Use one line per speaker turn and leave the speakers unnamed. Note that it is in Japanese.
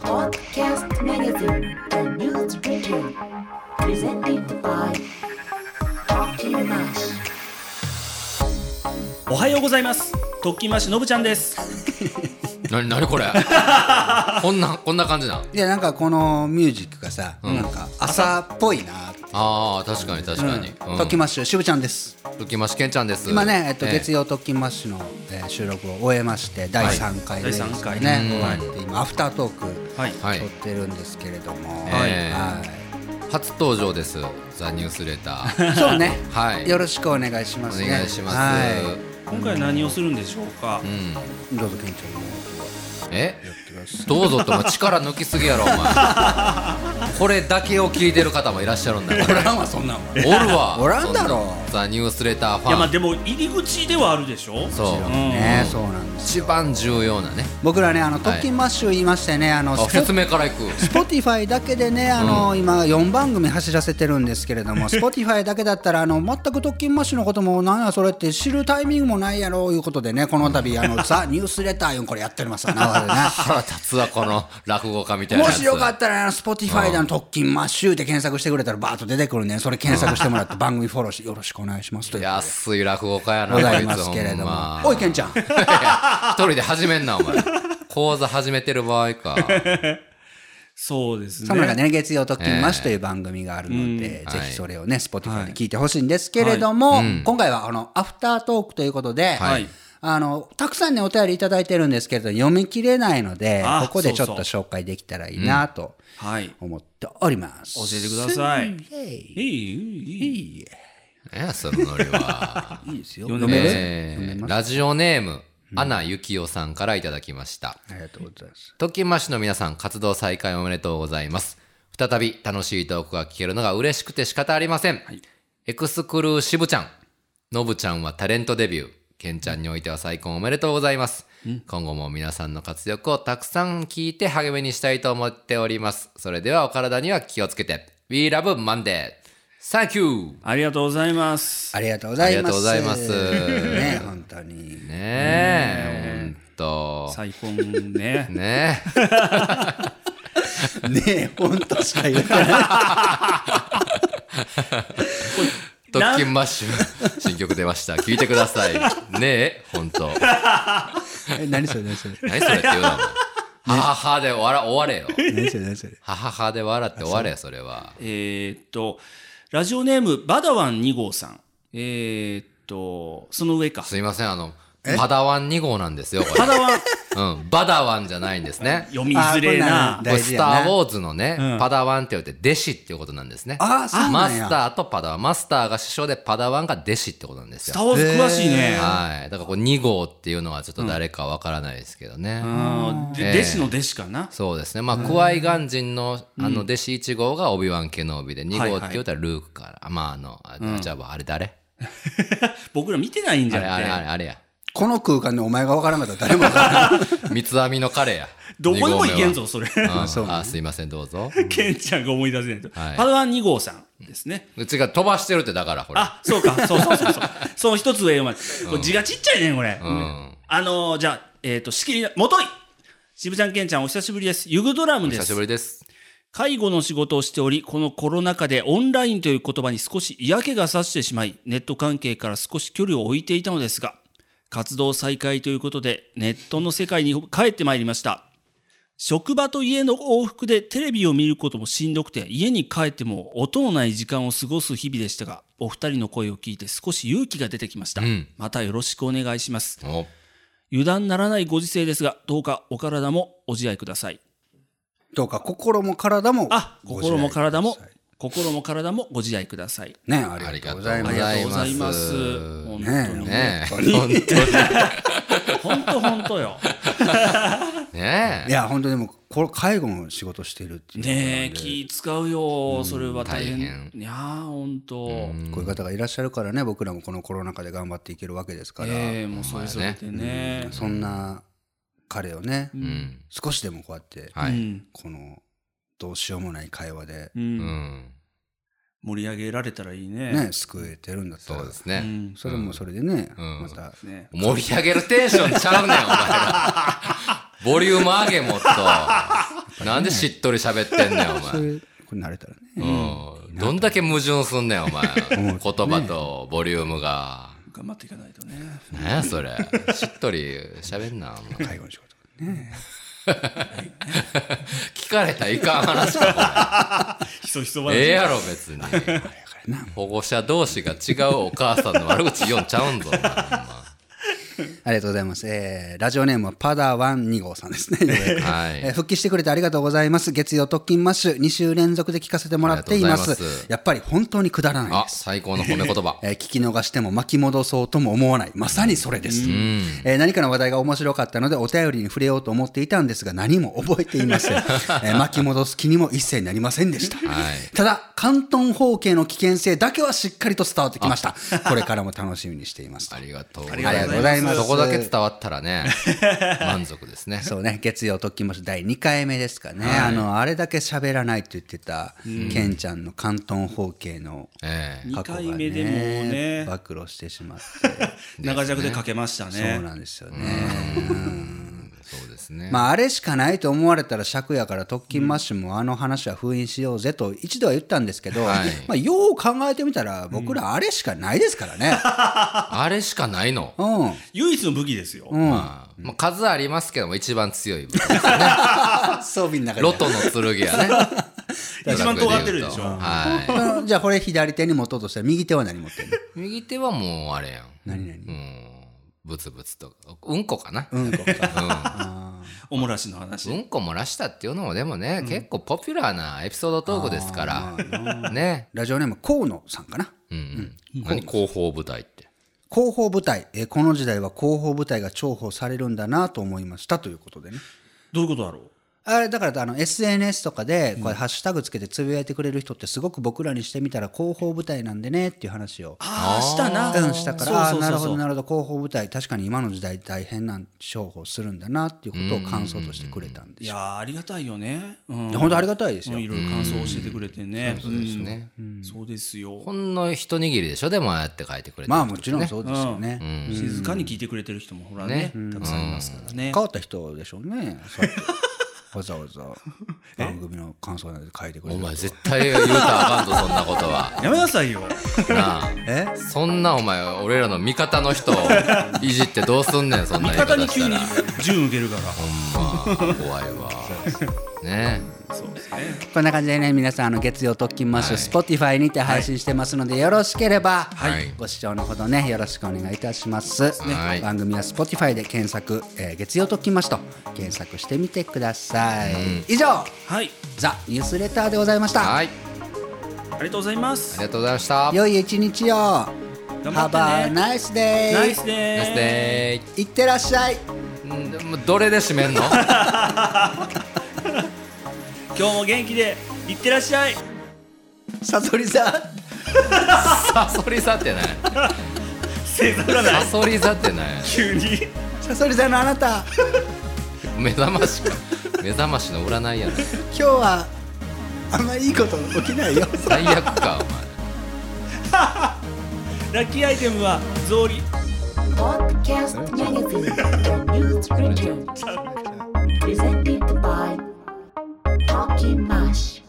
Podcast Magazine, the news radio, presented by Tokyo Mash.
おはようございます特訓マッシュのぶちゃんです
なになにこれこんなこんな感じなん
いやなんかこのミュージックがさ、なんか朝っぽいなって、
ああ確かに確かに、
トッキンマッシュ渋ちゃんです
ときましけんちゃんです
今ね、えっと、月
曜
曜特勤マッシュの、えー収録を終えまして第3回目ですね、
第三回
終わって今アフタートーク
はい
はい
撮ってるんですけれども、
はい
はい
初登場ですザニュースレタ ー
そうね、
はい
よろしくお願いし
お
ますね
願いします、
は
今回何をするんでしょうか、
うん
い、どうぞケンち
え
ゃんに
どうぞってお前力抜きすぎやろお前 これだけを聞いてる方もいらっしゃるんだよ
おらんわそんなん
おるわ
おらんだろ
そなザニュースレターフ
いやまあ
ァン
でも入り口ではあるでしょ
そう
うん
ねそうなんです
一番重要なね
僕らねあの特勤マッシュ言いましてねあの
あ説明からいく
Spotify だけでね、あの今4番組走らせてるんですけれども Spotify だけだったらあの全く特勤マッシュのこともなんやそれって知るタイミングもないやろういうことでねこの度 あの「ザ・ニュースレターよこれやっておりますわな我
腹立つわこの落語家みた
々
いなやつ
ねもしよかったらあの Spotify であの特勤マッシュで検索してくれたらバーッと出てくるんでそれ検索してもらって番組フォローしてよろしくお願いしますということで
安い落語家やな
ござい
こ
ま
つ
すけれ
ほ
ど
ん
も
ま
おいケンちゃん
いやい や一人で始めんなお前講座始めてる場合か
そうです
その中
ね
でね、月曜特勤マッシュという番組があるので、
うん
ぜ
はい
ひそれをね、Spotify で聞いてほしいんですけれども、今回はあの、アフタートークということで、
はい
あの、たくさんね、お便りいただいてるんですけれど、読み切れないので
あ、
ここでちょっ
そ
と
う
紹介できたらいいなと
はい
思っております。
教えてください
イエイ
えい
いいえ
何やそのノリ は、
いいですよ。
読んで
読める、
えーラジオネーム、アナユキオさんからいただきました
ありがとうございます。
特訓マッシュの皆さん活動再開おめでとうございます再び楽しいトークが聞けるのが嬉しくて仕方ありません、エクスクルーシブちゃんのぶちゃんはタレントデビューけんちゃんにおいては再婚おめでとうございます今後も皆さんの活躍をたくさん聞いて励みにしたいと思っておりますそれではお体には気をつけて We love Monday Thank you
ありがとうございます
ありがとうござい
ありが
ます。
とうございます
ね、本当に。
ねえほんと
再婚ね
ねえ
ね本当しか言ってない。
特訓マッシュ新曲出ました聞いてくださいねえ本当
え 何それ何それ
何それって言うなもん。はははで笑終われよ。
何それ何それ
はははで笑って終われよ、それは。
えーっとラジオネームバダワン2号さんえーっとその上か
すいません、あの、パダワン2号なんですよ、こ
バダワン
れ。うん、バダワンじゃないんですね。
読みづれえな
あー
こ
これな
れ
大
ス
事
タ
や
ー・
な
ウォーズのね、
ん
パダワンって言って、弟子っていうことなんですね。
あーそうなんや
マスターとパダワン。マスターが師匠で、パダワンが弟子ってことなんです
スター・
よ。
ウォーズ詳しいね、
はい。だからこれ2号っていうのはちょっと誰かわからないですけどね。
あーで
えー
弟子の弟子かな
そうですね。まあ、クワイガン人の、あの、弟子1号がオビワン・ケノービで、2号って言うたらルークから。あまあ、あの、あじゃあ、あれ誰
僕ら見てないんじ
あ
ゃ
れ
な
あ
く
れ
て
あれあれや。
この空間でお前が分からなかったら誰も分からない。
三つ編みの彼や。
どこにも
二
行
合目
け
は
んぞ、 それ。
うんあ、すいません、どう ぞ。
ケンちゃんが思い出せないと。
はい
パドワン2号さんですね。
うちが飛ばしてるってだから、これ。
あ、そう か、そうそうそうそう。その一つ上、お前。これ字がちっちゃいね、これ。
ん
あのー、じゃあ、えっと、仕切りな、もとい渋ちゃん、ケンちゃん、お久しぶりです。ユグドラムで
久し
す
ぶ。りです。
介護の仕事をしており、このコロナ禍でオンラインという言葉に少し嫌気がさしてしまい、ネット関係から少し距離を置いていたのですが、活動再開ということで、ネットの世界に帰ってまいりました。職場と家の往復でテレビを見ることもしんどくて、家に帰っても音のない時間を過ごす日々でしたが、お二人の声を聞いて少し勇気が出てきました。
うん
またよろしくお願いします。
お
油断ならないご時世ですが、どうかお体もお自愛ください。
どうか心も体も
あ、
ご自
心
愛
も体も
ください、
心も体もご自愛ください。
ね
あ
あ
り
り
が
が
と
と
う
う
ご
ご
ざ
ざ
い
い
ま
ま
あ
す
す
り
す
がとうございます。本当にね
ねえ。本当に
本当本当よ。
ね
い
え。
や本当にもうこれ介護の仕事してるっていうことなんで
ねえ、気使うよ。それは大
大
変
変。
いやー、本当。
こういう方がいらっしゃるからね僕らもこのコロナ禍で頑張っていけるわけですから、
ええ、もうそれぞれでね。
そんな彼をね、
うん。
少しでもこうやって、
は
う
い。
ん
このどうしようもない会話で、
う
うんん。
盛り上げられたらいいね。
ね救えてるんだった
そう
ら
です
う
ね。
ん
それもそれでね、
ん
また
ね
盛り上げるテンションちゃうねん、お前ら。ボリューム上げもっと。なんでしっとり喋ってんねん、お
こ
前。
れ慣れたらね。
うん。どんだけ矛盾すんねん、お前。言葉とボリュームが。
頑張っていかないとね。
なんやそれ。しっとり喋んな、お前。
介護の仕事。ね
聞かれたらいかん話 か。
ひそひそ
お前ええやろ、別に。
だからな
保護者同士が違うお母さんの悪口言うんちゃうんぞ。お前ほんま
ありがとうございます。えーラジオネームはパダワン2号さんですね。
はい
えー復帰してくれてありがとうございます。月曜特勤マッシュ2週連続で聞かせてもらっています。
ありがとうございます
やっぱり本当にくだらないです
あ、最高の褒め言葉。
えー聞き逃しても巻き戻そうとも思わない。まさにそれです。えー何かの話題が面白かったのでお便りに触れようと思っていたんですが何も覚えてい ません。えー巻き戻す気にも一切なりませんでした。
はい
ただ、関東方形の危険性だけはしっかりと伝わってきました。これからも楽しみにしています。
ありがとうござ
ありがとうございます
そこだけ伝わったらね、 満足ですね。
そうね、月曜特勤マッシュ第2回目ですかね。あの、あれだけ喋らないと言ってた、ケンちゃんの関東方形の
ええ
過去が、ね、
二回目でもうね
暴露してしまって。
長尺でかけました
そう
ね。
なんですよね。
そうですね。
まあ、あれしかないと思われたら尺やから特勤マッシュもあの話は封印しようぜと一度は言ったんですけど、
はい
まあ、よう考えてみたら僕らあれしかないですからね。
あれしかないの。
うん、
唯一の武器ですよ。
まあまあ、数ありますけども、一番強い武器。
装備の中で。
ロトの剣やね。
一番尖ってるでしょ
は
うんじゃあこれ左手に持とうとしたら右手は何持ってんの
い。右手はもうあれやん。
何何
うん。ブツブツと。うんこかな。
うんこか。
おもらしの話。
うんこ漏らしたっていうのもでもね、結構ポピュラーなエピソードトークですから。ね。
ラジオネーム河野さんかな。
うんうん。何広報部隊って。
広報部隊、えーこの時代は広報部隊が重宝されるんだなと思いましたということでね。
どういうことだろう
あれだからあの SNS とかでこうハッシュタグつけてつぶやいてくれる人ってすごく僕らにしてみたら広報部隊なんでねっていう話を
ああ、したな。
うんしたからあ
そ
ー
う
な
そ
る
う
ほ
そ
ど
うそう。
なるほど広報部隊確かに今の時代大変な商法するんだなっていうことを感想としてくれたんで
い
すよ
やーありがたいよね。うん。
いや本当ありがたいですよ
いろいろ感想を教えてくれてね。
そうですね。
うんそうですよ。
ほんの一握りでしょでもああやって書いてくれてる
まあもちろんそうですよね
静かに聞いてくれてる人もほらね、たくさんいますからね
変。わった人でしょうねそうやってわざわ ざ番組の感想なんて書いてくれ
お
る
前絶対言うたらあかんぞそんなことは
やめなさいよ。
なあ
え
そんなお前俺らの味方の人をいじってどうすんねんそんな
味
言い
方
方
に
し
急
た
に
ら
銃向けるから。
ほんま怖いわね
そうですね。
こんな感じでね皆さんあの月曜特勤マッシュ Spotify にて配信してますのでよろしければ、
はい
ご視聴のほどねよろしくお願いいたします、
はい
番組は Spotify で検索、えー月曜特勤マッシュと検索してみてください、以上
はい。
ザ・ニュースレターでございました、
はい
ありがとうございます
あり。がとうございました
良い一日を
頑張
Have a
ってね。
nice day
ナイスで
ナイ
す
ス。デ
いってらっしゃい
ーイんもうどれで締めんの
今日も元気でいってらっしゃい。
サソリさん
サソリ座ってない
せざらない。
サソリ座ってない
急に。
サソリさんのあなた
目覚ましか目覚ましの占いやな
今日はあんまいいこと起きないよ
最悪かお前
ラッキーアイテムは草履。
Podcast Magazine, the news region. Presented by Talking Mash.